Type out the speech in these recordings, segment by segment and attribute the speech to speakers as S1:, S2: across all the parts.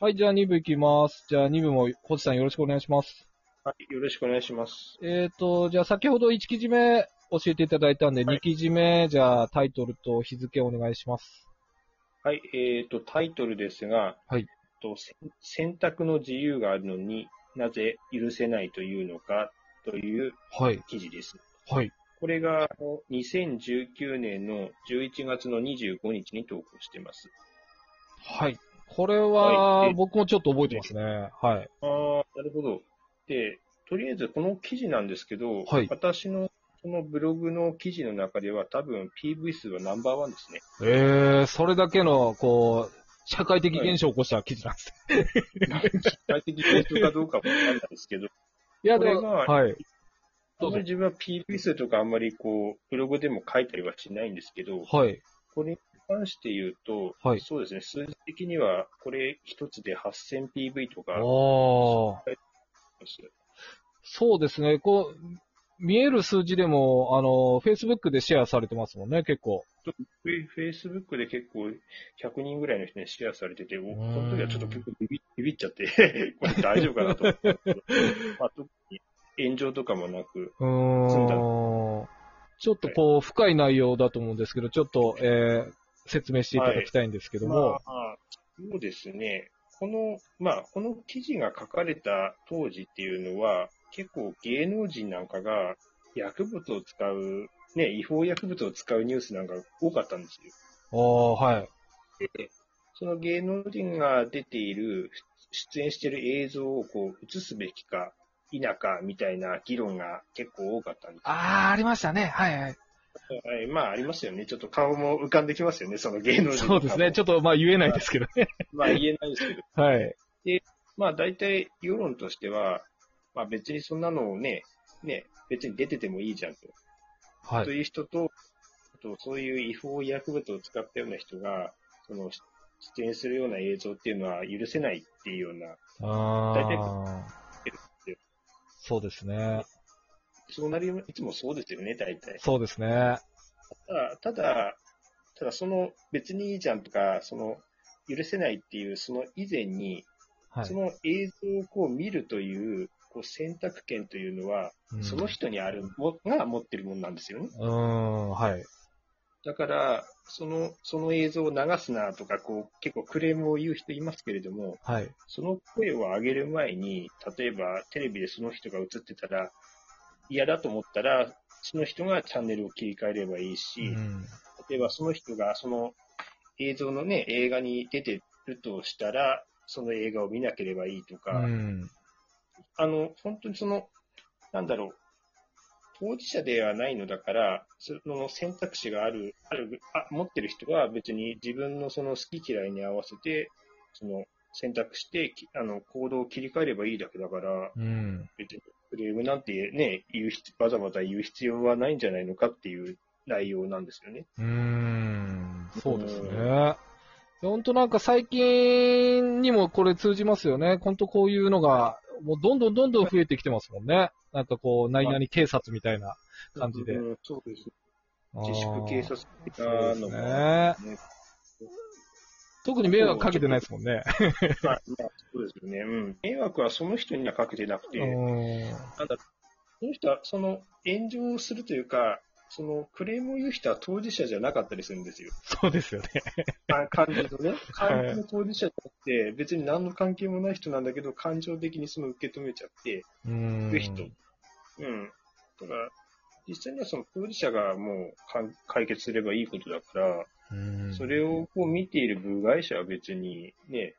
S1: はい、じゃあ2部いきます。じゃあ2部も、コチさんよろしくお願いします。
S2: はい、よろしくお願いします。
S1: えっ、ー、と、じゃあ先ほど1記事目教えていただいたんで、
S2: はい
S1: 2記事目、じゃあタイトルと日付お願いします。
S2: はい、えっ、と、タイトルですが、
S1: はい
S2: と、せん選択の自由があるのになぜ許せないというのかという
S1: はい、
S2: 記事です。
S1: はい。
S2: これがあの2019年の11月の25日に投稿しています。
S1: はい。これ
S2: は
S1: は、
S2: い
S1: 僕もちょっと覚えてますね。はい。
S2: ああ、なるほど。で、とりあえずこの記事なんですけど、
S1: はい
S2: 私のそのブログの記事の中では多分 PV 数はナンバーワン ですね。
S1: えー、それだけの、こう、社会的現象を起こした記事なんですね。
S2: 具体的に数かどうかはわからないですけど、
S1: い、や、
S2: こ
S1: で
S2: れ
S1: も、
S2: が
S1: はい。
S2: あんまり自分は PV 数とかあんまりこう、ブログでも書いたりはしないんですけど、
S1: はい。
S2: これに関して言うと、
S1: はい
S2: そうですね、数字的にはこれ一つで 8000PV とかあり
S1: おー。
S2: ます、
S1: そうですね。こう、見える数字でも、あの、Facebook でシェアされてますもんね、結構。
S2: フェ Facebook で結構100人ぐらいの人にシェアされてて、お
S1: ん
S2: この時はちょっと結構ビビビビっちゃって、 これ大丈夫かなと思ったん ですけど、まあ、特に炎上とかもなく、
S1: うー
S2: そうだ
S1: ん。ちょっとこう、深い内容だと思うんですけど、ちょっと、えー、説明していただきたいんですけども。
S2: まあ、そうですね。この、まあ、この記事が書かれた当時っていうのは、結構芸能人なんかが薬物を使う、ね、違法薬物を使うニュースなんかが多かったんですよ。
S1: あー、はい。
S2: で、その芸能人が出ている、出演している映像をこう映すべきか否かみたいな議論が結構多かったんですよ
S1: あー、ありましたね。はいはい。
S2: はいまあ、ありますよね。ちょっと顔も浮かんできますよね、その芸能人の
S1: そう
S2: 顔
S1: ですね。ちょっと、まあ、言えないですけど ね。
S2: まあ、言えないですけど。
S1: はい。
S2: まあ大体世論としては、まあ別にそんなのをね、ね、別に出ててもいいじゃんと。
S1: は
S2: と。いう人と、あとそういう違法薬物を使ったような人が、その、出演するような映像っていうのは許せないっていうような、大体
S1: あー。そうですね。
S2: そうなり、いつもそうですよね、大体。
S1: そうですね。
S2: ただ、ただ、ただその別にいいじゃんとか、その、許せないっていう、その以前に、
S1: は
S2: そ
S1: い。
S2: の映像をこう見るという、こう選択権というのは、
S1: うん
S2: その人にあるも、が持ってるもんなんですよね。
S1: うーん、はい。
S2: だから、その、その映像を流すなとか、こう、結構クレームを言う人いますけれども、
S1: はい。
S2: その声を上げる前に、例えばテレビでその人が映ってたら、嫌だと思ったら、その人がチャンネルを切り替えればいいし、
S1: うん。
S2: 例えばその人がその映像のね、映画に出てるとしたら、その映画を見なければいいとか、
S1: うん。
S2: あの、本当にその、なんだろう、当事者ではないのだから、その選択肢がある、ある、あ、持ってる人は別に自分のその好き嫌いに合わせて、その選択して、きあの、行動を切り替えればいいだけだから、
S1: うん。
S2: 別にクレームなんてね、言う必、わざわざ言う必要はないんじゃないのかっていう内容なんですよね。
S1: うーんそうです
S2: う
S1: ね。本当なんか最近にもこれ通じますよね。本当こういうのが、もうどんどんどんどん増えてきてますもんね。なんかこう、何々警察みたいな感じで。
S2: うんそうです。
S1: あー
S2: 自粛警察的
S1: そう
S2: な
S1: です
S2: のも、
S1: ね。
S2: ね
S1: 特に迷惑かけてないですもんね。
S2: まあ、まあ、そうですよね。うん。迷惑はその人にはかけてなくて、
S1: う
S2: なんだその人は、その、炎上するというか、その、クレームを言う人は当事者じゃなかったりするんですよ。
S1: そうですよね。
S2: あ感情のね。感情の当事者じゃなくて、別に何の関係もない人なんだけど、感情的にその受け止めちゃって、
S1: うん
S2: ぜひと。うん。だから、実際にはその当事者がもうかん解決すればいいことだから、
S1: うん
S2: それをこう見ている部外者は別にね、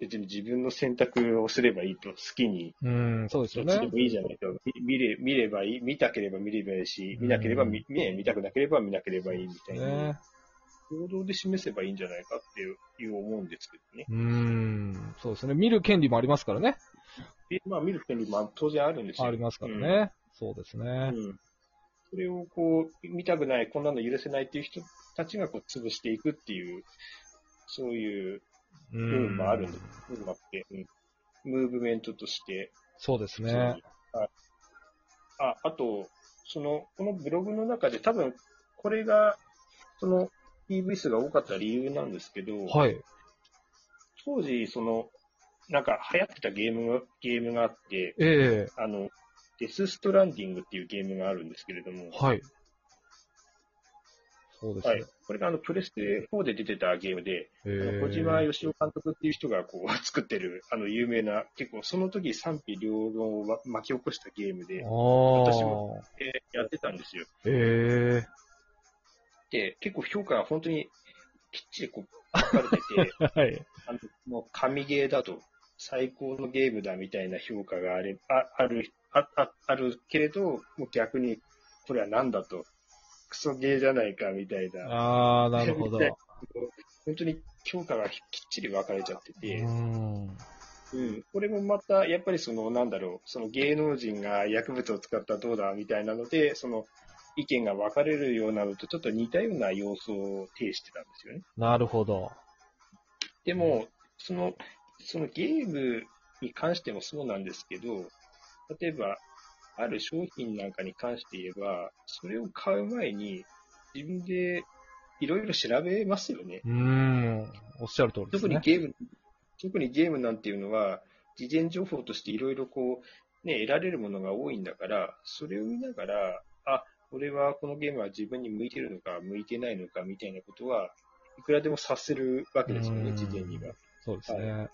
S2: 別に自分の選択をすればいいと、好きに
S1: うん、そうです
S2: ど
S1: よ
S2: っちで
S1: ね。
S2: もいいじゃないと。み見れ見ればいい、見たければ見ればいいし、見なければ見、ね、見たくなければ見なければいいみたいな、
S1: ね。
S2: 行動で示せばいいんじゃないかっていういう思うんですけどね。
S1: うん、そうですね。見る権利もありますからね。
S2: で、まあ見る権利も当然あるんですよ。
S1: ありますからね。そうですね。
S2: うん。それをこう、見たくない、こんなの許せないっていう人たちがこう潰していくっていう、そういう
S1: う
S2: 部分もあるんです。部分もあって、うんムーブメントとして
S1: そうです
S2: そう
S1: ね。
S2: はいあ、あと、その、このブログの中で多分、これが、その、PV 数が多かった理由なんですけど、
S1: はい。
S2: 当時、その、なんか流行ってたゲームが、ゲームがあって、
S1: ええ
S2: あの、デスストランディングっていうゲームがあるんですけれども、
S1: はい。そうですね。
S2: はい。これがあの、プレステ4で出てたゲームで、
S1: え
S2: あ
S1: え
S2: の小島よしお監督っていう人がこう 作ってる、あの、有名な、結構その時賛否両論を巻き起こしたゲームで
S1: あ、
S2: 私
S1: あ
S2: も。えーやってたんですよ。
S1: ええ
S2: で、結構評価が本当にきっちりこう、分かれてて、
S1: はい。
S2: あのもう神ゲーだと、最高のゲームだみたいな評価があれああるあああるけれど、もう逆に、これはなんだと、クソゲーじゃないかみたいな、
S1: ああ、なるほ ど。う
S2: 本当に評価がきっちり分かれちゃってて、
S1: ん。
S2: うん、これもまた、やっぱりその、なんだろう、その芸能人が薬物を使ったらどうだみたいなので、その、意見が分かれるようなのとちょっと似たような様相を呈してたんですよね。
S1: なるほど。
S2: でも、その、そのゲームに関してもそうなんですけど、例えば、ある商品なんかに関して言えば、それを買う前に、自分でいろいろ調べますよね。
S1: うん。おっしゃる通りです
S2: 特に
S1: ね。
S2: ゲーム、特にゲームなんていうのは、事前情報としていろいろこう、ね、得られるものが多いんだから、それを見ながら、あ、これはこのゲームは自分に向いてるのか、向いてないのか、みたいなことは、いくらでも察せるわけですよ
S1: う
S2: ね、
S1: ん
S2: 事前には。
S1: そうですね。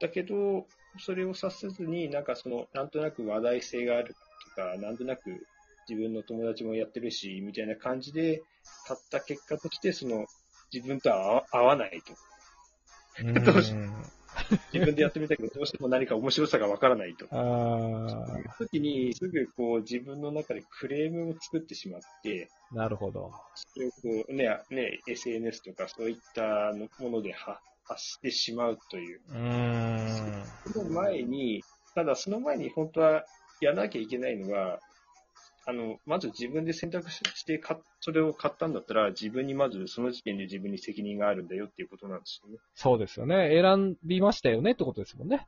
S2: だけど、それを察せずに、なんかその、なんとなく話題性があるとか、なんとなく自分の友達もやってるし、みたいな感じで、買った結果として、その、自分とは合わ合わないと。どうし
S1: うん
S2: 自分でやってみたけど、どうしても何か面白さがわからないと。
S1: あ
S2: そう
S1: あ
S2: いう時に、すぐこう、自分の中でクレームを作ってしまって、
S1: なるほど。
S2: それをこう、ね、ね、SNS とかそういったもので発発してしまうという。
S1: うん。
S2: その前に、ただその前に本当はやらなきゃいけないのは、あの、まず自分で選択してか、それを買ったんだったら、自分にまずその時点で自分に責任があるんだよっていうことなんですよね。
S1: そうですよね。選びましたよねってことですもんね。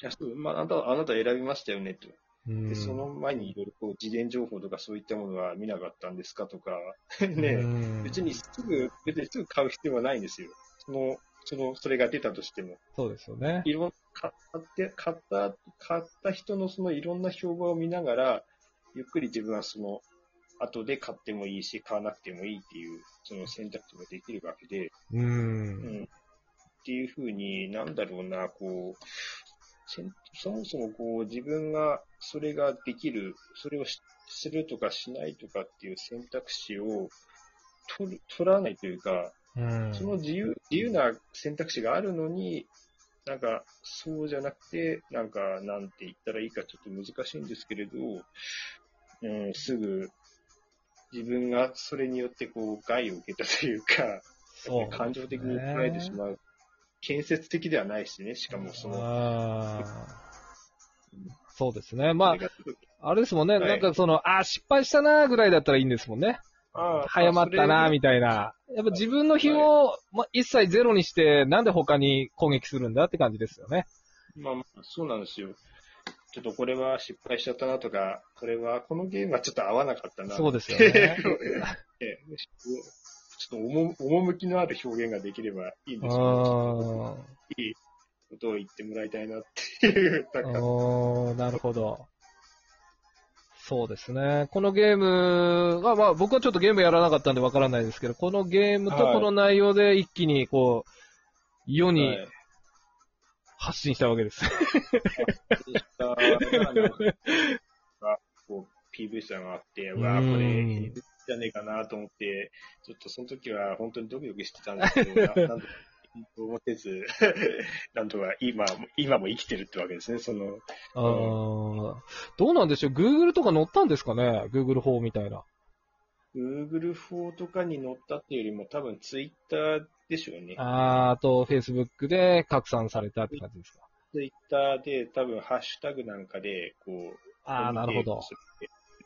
S2: いや、そう、まあ、あなたは、あなた選びましたよねと。
S1: うん
S2: で、その前にいろいろこう、事前情報とかそういったものは見なかったんですかとか、
S1: う
S2: ね、
S1: ん
S2: 別にすぐ、別にすぐ買う必要はないんですよ。その、その、それが出たとしても。
S1: そうですよね。
S2: いろん買って、買った、買った人のそのいろんな評判を見ながら、ゆっくり自分はその、後で買ってもいいし、買わなくてもいいっていう、その選択肢もできるわけで、
S1: う。
S2: うんん。っていうふうに、なんだろうな、こう、せんそもそもこう、自分がそれができる、それをしするとかしないとかっていう選択肢を取る取らないというか、
S1: うん
S2: その自由自由な選択肢があるのに、なんか、そうじゃなくて、なんか、なんて言ったらいいかちょっと難しいんですけれど、うん、すぐ、自分がそれによってこう、害を受けたというか、
S1: そうですね
S2: 感情的に捉えてしまう。建設的ではないしね、しかもその、
S1: あーそうですね。ま
S2: それがすごい
S1: あ、あれですもんね。
S2: はい
S1: なんかその、あー失敗したなーぐらいだったらいいんですもんね。
S2: ああ
S1: 早まったなー
S2: それ
S1: みたいな。やっぱ自分の非を、ま、一切ゼロにして、なんで他に攻撃するんだって感じですよね。
S2: まあまあ、そうなんですよ。ちょっとこれは失敗しちゃったなとか、これは、このゲームはちょっと合わなかったな
S1: そう ですよね。
S2: ええちょっと重趣のある表現ができればいいん
S1: う
S2: ですけど、ちょ
S1: ー
S2: っ
S1: ん。
S2: といいことを言ってもらいたいなっていう、なんか、
S1: おーなるほど。そうですね。このゲームが、まあ僕はちょっとゲームやらなかったんでわからないですけど、このゲームと
S2: はい
S1: この内容で一気にこう、世
S2: は
S1: に
S2: い
S1: 発信したわけです。
S2: そういったなんかこう PV さんがあって、うわあ、これ、いいんじゃねえかなと思って、ちょっとその時は本当にドキドキしてたんですけど、ななんとか思ってず、 なんとか今、今も生きてるってわけですね、その、
S1: あーどうなんでしょう ?Google とか載ったんですかね ?Google 法みたいな。
S2: Google 4とかに載ったっていうよりも、多分 Twitter でしょうね。
S1: あーあと Facebook で拡散されたって感じですか。
S2: ツイッターで多分ハッシュタグなんかで、こう、
S1: ああ、なるほど。。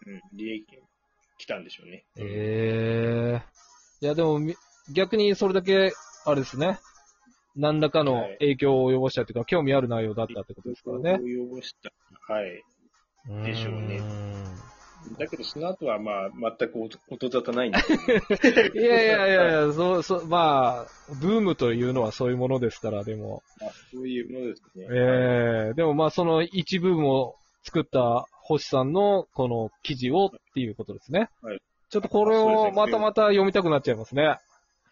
S2: うん、利益が来たんでしょうね。
S1: ええいや、でもみ、逆にそれだけ、あれですね。何らかの
S2: はい
S1: 影響を及ぼしたというか、興味ある内容だったってことですからね。
S2: 及ぼした。はい。でしょう
S1: ー
S2: ね
S1: ん。
S2: だけど、その後はまあ、全く音沙汰ないんですけ ど、
S1: いやいやいやい や、そう、そう、まあ、ブームというのはそういうものですから、でも。
S2: まあそういうものですね。
S1: ええでもまあ、その一部分を作った星さんの、この記事をっていうことですね。
S2: はい
S1: ちょっとこれをまたまた読みたくなっちゃいますね。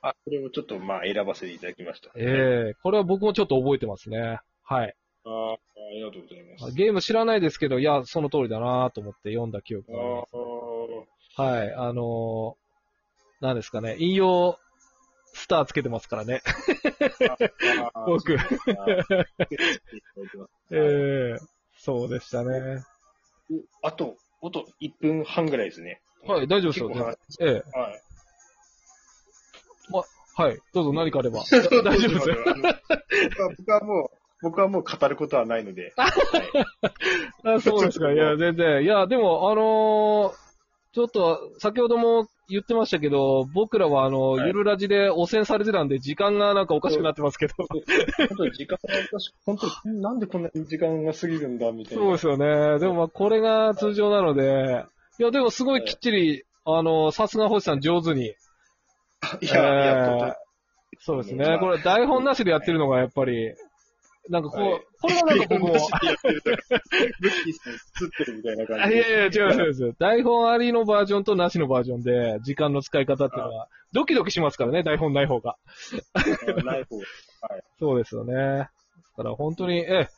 S2: あ、これをちょっとまあ、選ばせていただきました。
S1: ええこれは僕もちょっと覚えてますね。はい。
S2: ああ、ありがとうございます。
S1: ゲーム知らないですけど、いや、その通りだなと思って読んだ記憶
S2: あ
S1: があります。
S2: ー
S1: はい、あのー、何ですかね、引用スターつけてますから ね、
S2: あー、
S1: 僕。
S2: そうか
S1: ええそうでしたね。
S2: あと、あと1分半ぐらいですね。
S1: はい、大丈夫ですよ。
S2: 結構話
S1: ええ
S2: はい。
S1: はい、どうぞ何かあれ ば。大丈夫ですよ。
S2: あの。僕は僕はもう、僕はもう語ることはないので。はい
S1: あ そうですか。いや、全然。いや、でも、あのーちょっと、先ほども言ってましたけど、僕らは、あの、
S2: はい
S1: ゆるラジで汚染されてたんで、時間がなんかおかしくなってますけど。
S2: 本当に時間が私、本当になんでこんなに時間が過ぎるんだ、みたいな。
S1: そうですよね。でも、まあ、これが通常なので、いや、でも、すごいきっちり、あの、さすが星さん上手に。
S2: いや、い
S1: え
S2: や、
S1: ー
S2: とて
S1: そうです
S2: ま
S1: ね
S2: あ。
S1: これ、台本なしでやってるのが、やっぱり、なんかこう、
S2: はい
S1: こ れがなんか僕も、
S2: やってるから、グッキーさん映ってるみたいな感
S1: あ
S2: じ
S1: い
S2: で。
S1: や いや、違うんですよ。台本ありのバージョンとなしのバージョンで、時間の使い方っていうのは、ドキドキしますからね、台本ない方が。
S2: ない方。
S1: そうですよね。だから本当に、ええ、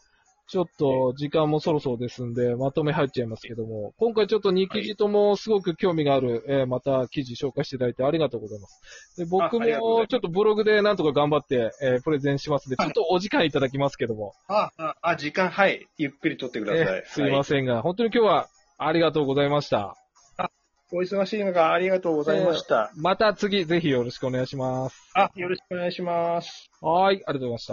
S1: ちょっと時間もそろそろですんで、まとめ入っちゃいますけども、今回ちょっと2記事ともすごく興味がある、ええまた記事紹介していただいてありがとうございます。で僕
S2: あありがとうござい
S1: も
S2: ます
S1: ちょっとブログでなんとか頑張って、ええプレゼンしますんで、ちょっとお時間いただきますけども、
S2: あ、あ、あ、時間、はい。ゆっくり取ってくだ
S1: え
S2: さい
S1: え。すいませんが、本当に今日はありがとうございました。
S2: お忙しい中、ありがとうございました。
S1: また次ぜひよろしくお願いします。
S2: あ、よろしくお願いします。
S1: はーい、ありがとうございました。